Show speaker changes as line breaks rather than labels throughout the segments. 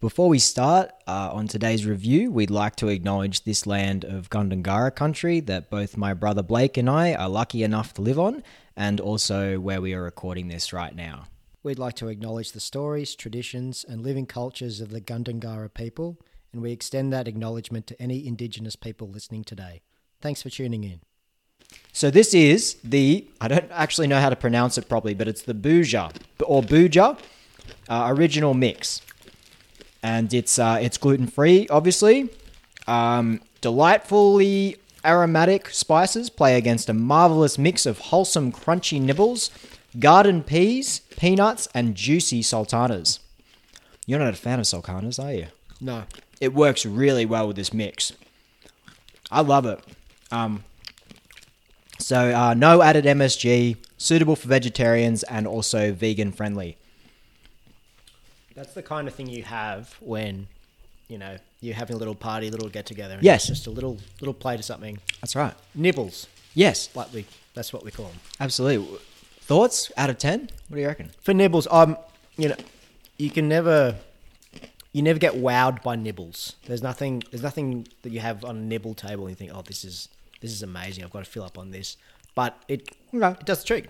Before we start uh, on today's review, we'd like to acknowledge this land of Gundungara country that both my brother Blake and I are lucky enough to live on, and also where we are recording this right now.
We'd like to acknowledge the stories, traditions, and living cultures of the Gundungara people, and we extend that acknowledgement to any Indigenous people listening today. Thanks for tuning in.
So this is the I don't actually know how to pronounce it properly, but it's the Booja or Booja uh, original mix, and it's uh, it's gluten free, obviously. Um, delightfully aromatic spices play against a marvelous mix of wholesome, crunchy nibbles, garden peas, peanuts, and juicy sultanas. You're not a fan of sultanas, are you?
No.
It works really well with this mix. I love it. Um, so uh, no added MSG, suitable for vegetarians and also vegan friendly.
That's the kind of thing you have when, you know, you're having a little party, little get together. and
Yes.
it's Just a little little plate of something.
That's right.
Nibbles,
Yes,
like we that's what we call them.
absolutely. Thoughts out of ten? What do you reckon?
For nibbles, um, you know, you can never you never get wowed by nibbles. There's nothing there's nothing that you have on a nibble table and you think, oh, this is this is amazing. I've got to fill up on this, but it
Okay.
it does the trick.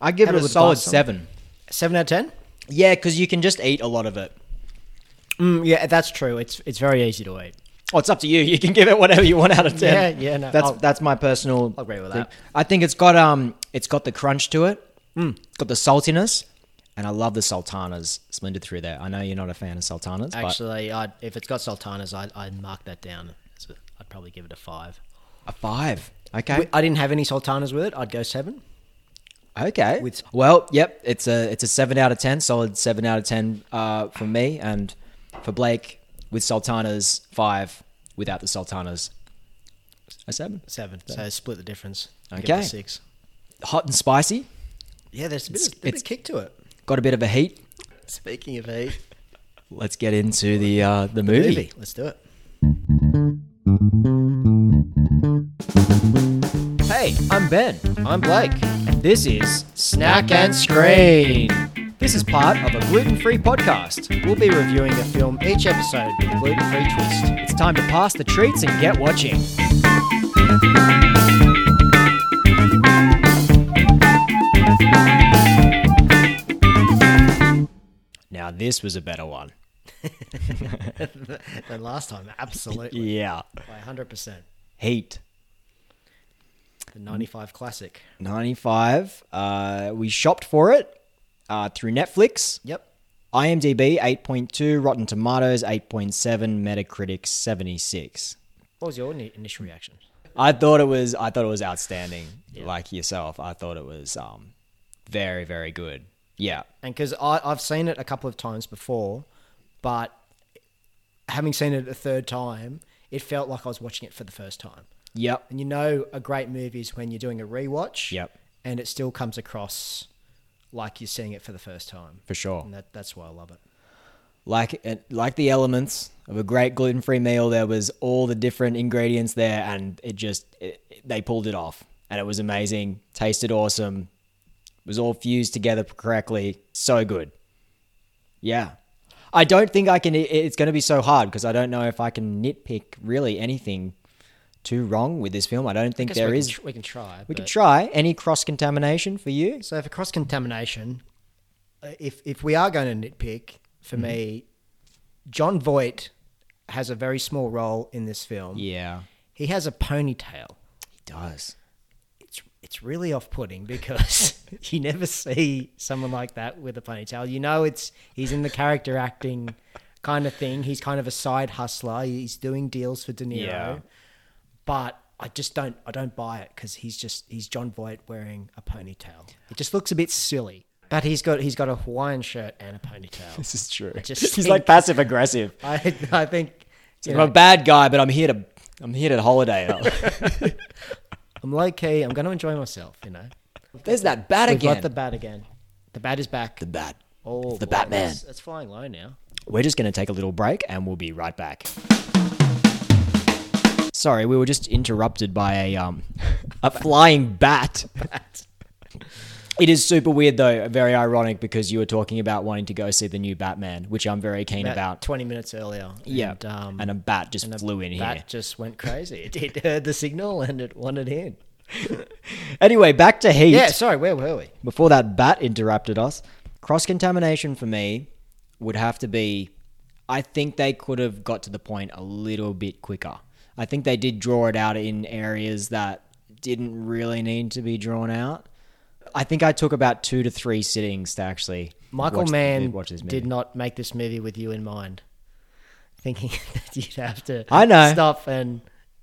I give
Have
it
it
a
with
solid
glass on.
seven.
Seven out of ten.
Yeah, because you can just eat a lot of it.
Mm, yeah, that's true. It's it's very easy to eat.
Oh, it's up to you. You can give it whatever you want out of ten.
Yeah, yeah, no,
that's
I'll-
that's my personal.
I'll agree with
thing.
that.
I think it's got um, it's got the crunch to it. Mm. Got the saltiness, and I love the sultanas splintered through there. I know you're not a fan of sultanas, but
Actually, I'd, if it's got sultanas, I'd, I'd mark that down. as a- I'd probably give it a five.
a five. Okay,
I didn't have any sultanas with it. I'd go seven.
Okay.
With-
well, yep. It's a it's a seven out of ten, solid seven out of ten uh, for me, and for Blake with sultanas five, without the sultanas, a seven.
Seven. So split the difference. Give it a
Okay.
six.
Hot and spicy.
Yeah, there's a bit,
It's-
of, a bit
it's-
of kick to it.
Got a bit of a heat.
Speaking of heat,
Let's get into the uh, the movie.
movie. Let's do it.
Hey, I'm Ben.
I'm Blake.
And this is
Snack and Screen.
This is part of a gluten-free podcast.
We'll be reviewing a film each episode with a gluten-free twist.
It's time to pass the treats and get watching. Now, this was a better one.
than last time, absolutely.
Yeah.
By 100%.
Heat.
The 95 classic.
95. Uh, we shopped for it uh, through Netflix.
Yep.
IMDb 8.2, Rotten Tomatoes 8.7, Metacritic 76.
What was your ni- initial reaction?
I thought it was I thought it was outstanding. Like yourself, I thought it was um, very very good. Yeah.
and because I've seen it a couple of times before, but having seen it a third time, it felt like I was watching it for the first time.
Yep.
And you know, a great movie is when you're doing a rewatch,
Yep.
and it still comes across like you're seeing it for the first time.
For sure.
And that, that's why I love it.
Like it, like the elements of a great gluten-free meal, there was all the different ingredients there, and it just it, it- they pulled it off, and it was amazing. Tasted awesome. It was all fused together correctly. So good. Yeah. I don't think I can. it- It's going to be so hard because I don't know if I can nitpick really anything too wrong with this film. I don't think
Guess
there
we
is.
can, tr- we can try.
We could
but-
try any cross contamination for you.
So for cross contamination, uh, if if we are going to nitpick,
Mm-hmm.
for me, John Voight has a very small role in this film.
Yeah,
He has a ponytail.
he does.
it's it's really off putting because you never see someone like that with a ponytail. You know, it's he's in the character acting kind of thing. He's kind of a side hustler. He's doing deals for De Niro,
Yeah.
but I just don't I don't buy it because he's just he's John Voight wearing a ponytail. It just looks a bit silly. But he's got he's got a Hawaiian shirt and a ponytail.
This is true.
just
He's
think-
like passive aggressive.
I I think you
I'm a
know,
bad guy, but I'm here to I'm here to holiday. it up.
I'm low key. I'm going to enjoy myself. You know,
There's that bat
we've
again.
got the bat again. The bat is back.
the bat.
oh,
the
boy,
Batman.
That's, that's flying low now.
We're just going to take a little break, and we'll be right back. Sorry, we were just interrupted by a um a flying bat. It is super weird though, very ironic because you were talking about wanting to go see the new Batman, which I'm very keen
about
about.
twenty minutes earlier.
Yeah,
and, um,
and a bat just
and the
flew in here.
bat just went crazy. It, it heard the signal and it wanted in.
Anyway, back to Heat.
Yeah, sorry, where were we?
Before that bat interrupted us, cross contamination for me would have to be. I think they could have got to the point a little bit quicker. I think they did draw it out in areas that didn't really need to be drawn out. I think I took about two to three sittings to actually
Michael
watch the-
Mann
watch this movie.
did not make this movie with you in mind, thinking that you'd have to.
I know.
stop and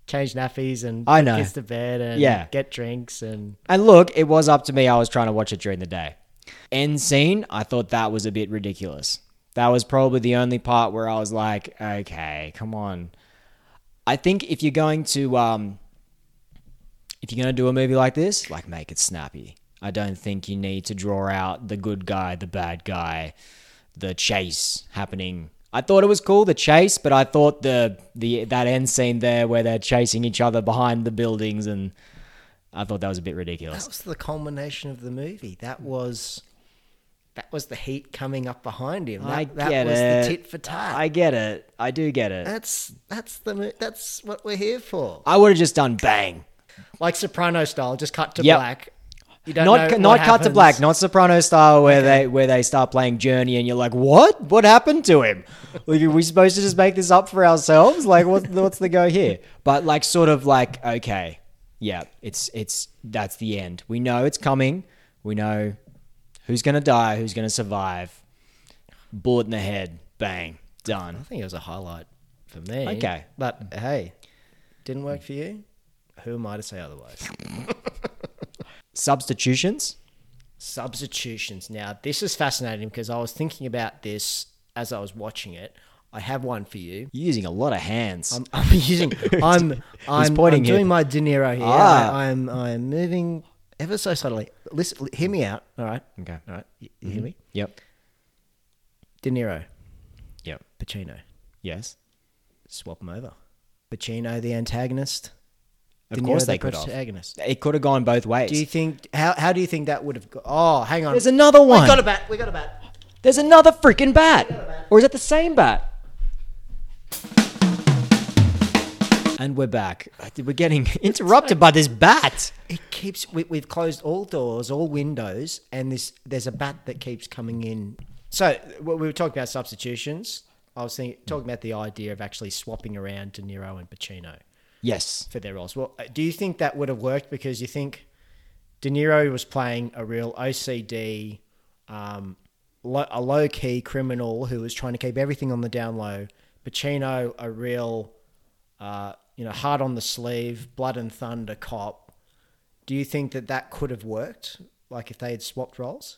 change nappies and
I
put
know.
kids to bed and
Yeah.
get drinks and
And look, it was up to me. I was trying to watch it during the day. End scene, I thought that was a bit ridiculous. That was probably the only part where I was like, okay, come on. I think if you're going to um if you're going to do a movie like this, like make it snappy. I don't think you need to draw out the good guy, the bad guy, the chase happening. I thought it was cool the chase, but I thought the the that end scene there where they're chasing each other behind the buildings and I thought that was a bit ridiculous.
that was the culmination of the movie. That was. That was the heat coming up behind him. That,
I
that
get
was
it.
the tit for tat.
I get it. I do get it.
that's that's the mo- that's what we're here for.
I would have just done bang.
Like Soprano style, just cut to
Yep.
black. You don't
Not
know
not
what
cut to
happens.
black, not soprano style where they where they start playing Journey and you're like, "What? What happened to him? like are we supposed to just make this up for ourselves? Like what's the, what's the go here?" But like sort of like, "Okay. Yeah, it's it's that's the end. We know it's coming. We know who's going to die, who's going to survive. Bullet in the head. Bang. Done."
I think it was a highlight for me.
Okay.
But hey, didn't work for you? Who am I to say otherwise?
Substitutions?
Substitutions. Now, this is fascinating because I was thinking about this as I was watching it. I have one for you.
You're using a lot of hands.
I'm, I'm using. I'm. I'm,
pointing
I'm
here.
doing my De Niro here.
Ah.
I, I'm. I'm moving ever so subtly. Listen. Hear me out. All right.
Okay.
All right. You, you Hear me.
Yep.
De Niro,
Yep.
Pacino.
Yes.
Swap them over. Pacino, the antagonist.
Of
De Niro,
course
the
they could have.
protagonist.
It could have gone both ways.
Do you think how how do you think that would have? Go- oh, hang on.
There's another
we
one.
got a bat. We got a bat.
There's another freaking bat. Or is it the same bat? And we're back. We're getting interrupted by this bat.
It keeps. We, we've closed all doors, all windows, and this there's a bat that keeps coming in. So what we were talking about substitutions. I was thinking, talking about the idea of actually swapping around De Niro and Pacino
Yes.
for their roles. Well, uh, do you think that would have worked? Because you think De Niro was playing a real OCD, um, lo- a low key criminal who was trying to keep everything on the down low. Pacino, a real, uh, you know, hard on the sleeve, blood and thunder cop. Do you think that that could have worked? Like if they had swapped roles?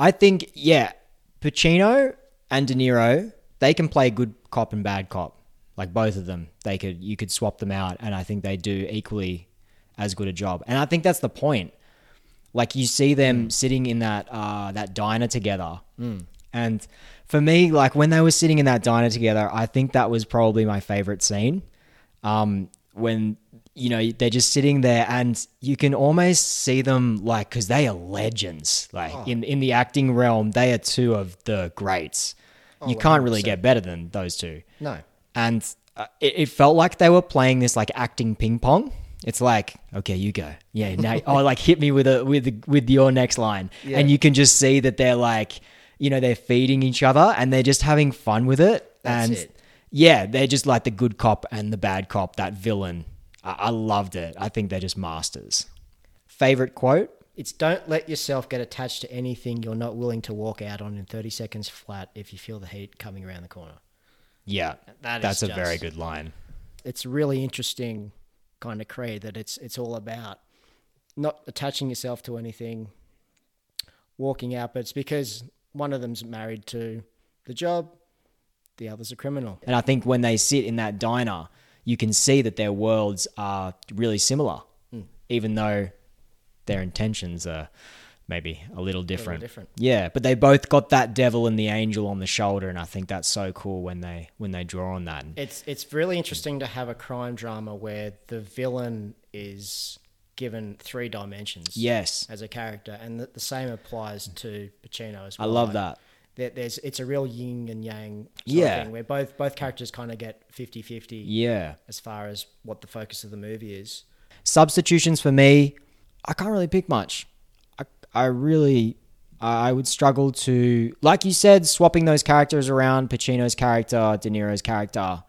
I think, yeah, Pacino and De Niro, they can play good cop and bad cop. Like both of them, they could you could swap them out, and I think they do equally as good a job. And I think that's the point. Like you see them sitting in that uh, that diner together, and for me, like when they were sitting in that diner together, I think that was probably my favorite scene. Um, when you know they're just sitting there, and you can almost see them like because they are legends. Like in in the acting realm, they are two of the greats. you can't really get better than those two
No.
and uh, it, it felt like they were playing this like acting ping pong. It's like, okay, you go, yeah, now, oh, like hit me with a with a- with your next line, and you can just see that they're like, you know, they're feeding each other and they're just having fun with it,
That's
and
it.
yeah, they're just like the good cop and the bad cop, that villain. I, I loved it. I think they're just masters. Favorite quote?
It's don't let yourself get attached to anything you're not willing to walk out on in 30 seconds flat if you feel the heat coming around the corner.
Yeah,
That is
that's a very
just-
good line.
it's a really interesting kind of creed that it's it's all about not attaching yourself to anything, walking out, but it's because one of them's married to the job, the other's a criminal.
And I think when they sit in that diner, you can see that their worlds are really similar, even though their intentions are maybe a little different.
different.
Yeah, but they both got that devil and the angel on the shoulder, and I think that's so cool when they when they draw on that.
It's it's really interesting to have a crime drama where the villain is given three dimensions.
Yes.
as a character, and the, the same applies to Pacino as
I
well.
love
Like,
that.
there- there's it's a real yin and yang. Sort
Yeah.
of thing, where both both characters kind of get 50-50
Yeah.
as far as what the focus of the movie is.
Substitutions for me, I can't really pick much. I, I really, I I would struggle to, like you said, swapping those characters around Pacino's character, De Niro's character.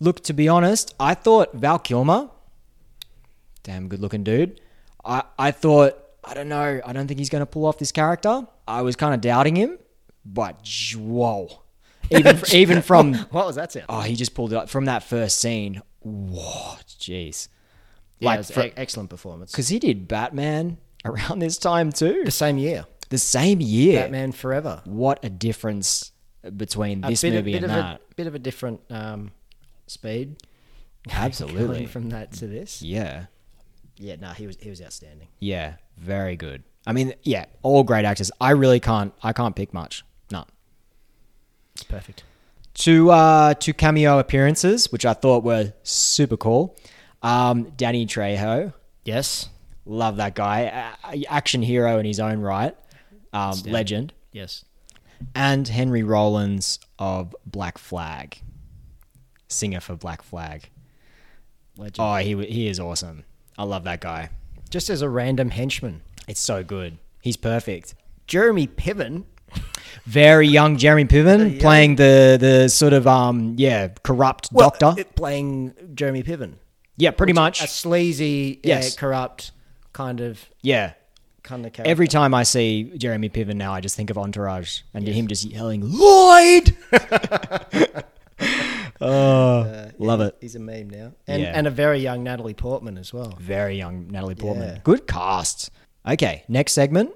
Look, to be honest, I thought Val Kilmer, damn good looking dude, I, I thought, I don't know, I don't think he's going to pull off this character. I was kind of doubting him, but j- whoa. Even, fr- even from
What was that sound?
Oh, he just pulled it up from that first scene. Whoa, jeez.
yeah, it
Like,
was
because
e- excellent performance.
he did Batman around this time too,
The same year,
the same year.
Batman Forever.
What a difference between this
bit,
movie
bit
and
of
that.
a bit of a different um, speed.
Absolutely.
going from that to this.
Yeah,
Yeah, no, he was he was outstanding.
yeah, very good. I mean, yeah, all great actors. I really can't. I can't pick much. No.
It's perfect.
Two uh, two cameo appearances, which I thought were super cool. Um, Danny Trejo,
Yes,
love that guy, A- action hero in his own right, um, legend.
yes.
and Henry Rollins of Black Flag, singer for Black Flag.
Legend.
Oh, he wa- he is awesome. I love that guy.
Just as a random henchman,
It's so good. He's perfect.
Jeremy Piven.
Very young Jeremy Piven playing the the sort of um yeah corrupt doctor.
it- uh, playing Jeremy Piven,
yeah, pretty much.
a sleazy, yeah,
Yes.
corrupt kind of
yeah.
kind of character.
Every time I see Jeremy Piven now, I just think of Entourage and him just yelling Lloyd. oh, love it.
He's a meme now, and
Yeah.
and a very young Natalie Portman as well.
Very young Natalie Portman.
Yeah.
Good cast. Okay, next segment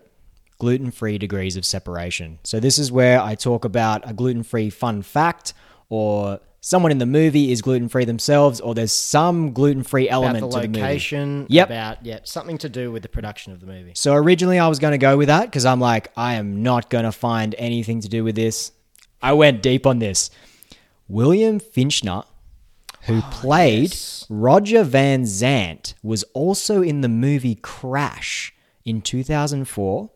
gluten free degrees of separation. So, this is where I talk about a gluten free fun fact or someone in the movie is gluten free themselves or there's some gluten free
About
element
the
to the movie.
location,
Yep.
about yeah, something to do with the production of the movie.
So, originally I was going to go with that because I'm like, I am not going to find anything to do with this. I went deep on this. William Finchner. Who played
yes.
Roger Van Zant was also in the movie Crash in 2004,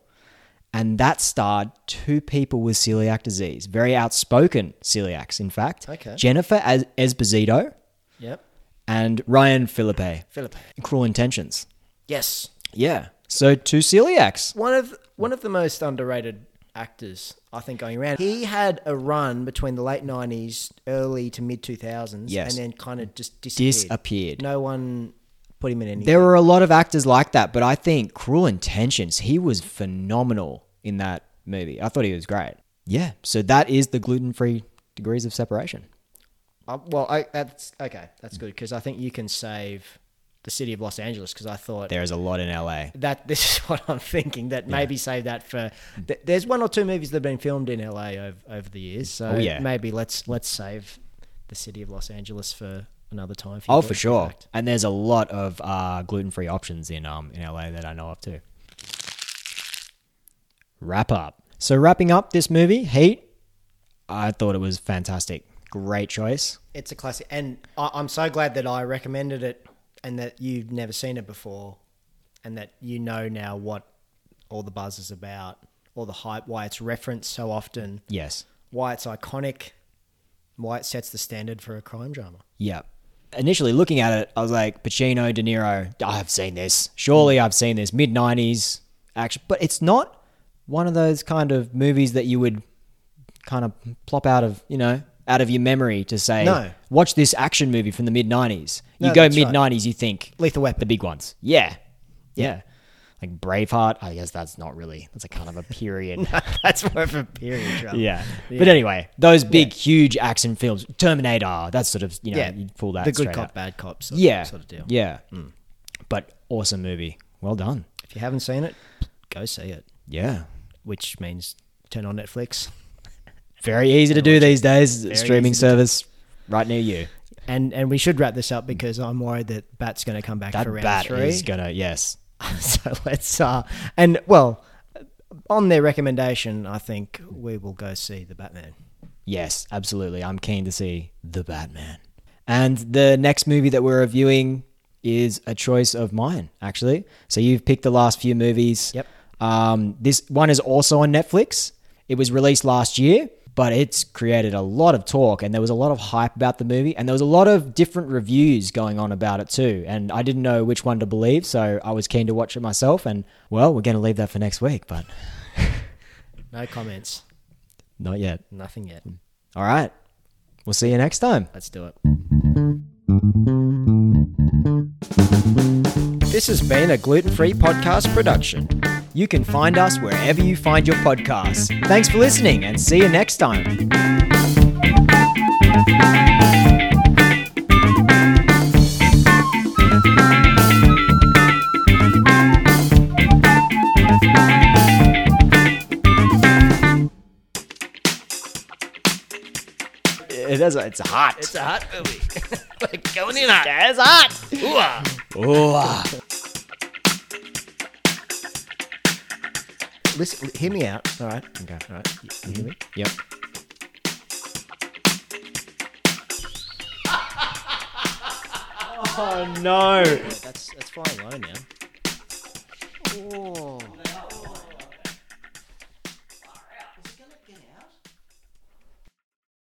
and that starred two people with celiac disease, very outspoken celiacs, in fact.
Okay.
Jennifer Es- Esposito
Yep,
and Ryan Philippe.
Philip.
Cruel Intentions.
Yes,
Yeah. So two celiacs.
one of one of the most underrated actors I think going around. He had a run between the late nineties, early to mid two thousands,
Yes.
and then kind of just disappeared.
Disappeared.
No one put him in any.
There were a lot of actors like that, but I think Cruel Intentions, he was phenomenal in that movie. I thought he was great. Yeah, so that is the gluten free degrees of separation.
Uh, well, I, that's okay. That's good because I think you can save the city of Los Angeles because I thought.
There is a lot in LA.
that this is what I'm thinking. That maybe save that for. Th- there's one or two movies that have been filmed in LA over, over the years, so
Oh, yeah.
maybe let's let's save the city of Los Angeles for another time.
Oh,
your
for
bonus
sure.
fact.
And there's a lot of uh, gluten free options in, um, in LA that I know of too. Wrap up. So, wrapping up this movie, Heat, I thought it was fantastic. Great choice.
It's a classic, and I, I'm so glad that I recommended it, and that you've never seen it before, and that you know now what all the buzz is about, all the hype, why it's referenced so often,
Yes.
why it's iconic, why it sets the standard for a crime drama.
Yeah. Initially looking at it, I was like, Pacino, De Niro, I've seen this.
Mm.
Surely I've seen this. Mid 90s action. But it's not one of those kind of movies that you would kind of plop out of, you know, out of your memory to say,
No.
watch this action movie from the mid 90s. You
No,
go
that's
mid
right.
90s, you think
Lethal Weapon.
the big ones. Yeah. Yeah. Like Braveheart, I guess that's not really, that's a kind of a period.
That's worth a period drama.
Yeah. But anyway, those big, huge action films, Terminator, that sort of, you know,
yeah,
you Um, pull that
the good
straight
cop,
out.
bad cop, sort,
Yeah.
sort of deal. Mm.
Yeah. But awesome movie. Well done.
If you haven't seen it, go see it,
Yeah.
which means turn on Netflix
Very easy to do these days. Streaming
easy to
service right near you.
and and we should wrap this up because I'm worried that Bat's going to come back
That
for round
bat
three.
is gonna yes.
so let's uh and well, on their recommendation, I think we will go see the Batman.
Yes, absolutely. I'm keen to see the Batman. And the next movie that we're reviewing is a choice of mine, actually. So you've picked the last few movies.
Yep.
Um, this one is also on Netflix. It was released last year, but it's created a lot of talk and there was a lot of hype about the movie and there was a lot of different reviews going on about it too. And I didn't know which one to believe, so I was keen to watch it myself. And well, we're going to leave that for next week, but
No comments.
not yet.
Nothing yet.
All right. We'll see you next time.
Let's do it. This has been a gluten free podcast production.
You can find us wherever you find your podcasts. Thanks for listening and see you next time. It is, it's hot.
It's a hot movie. like going in hot.
It's hot.
Ooh-ah. Listen, hear me out. All right.
Okay.
All right. You, you hear me?
Yep. oh no.
That's that's flying low now.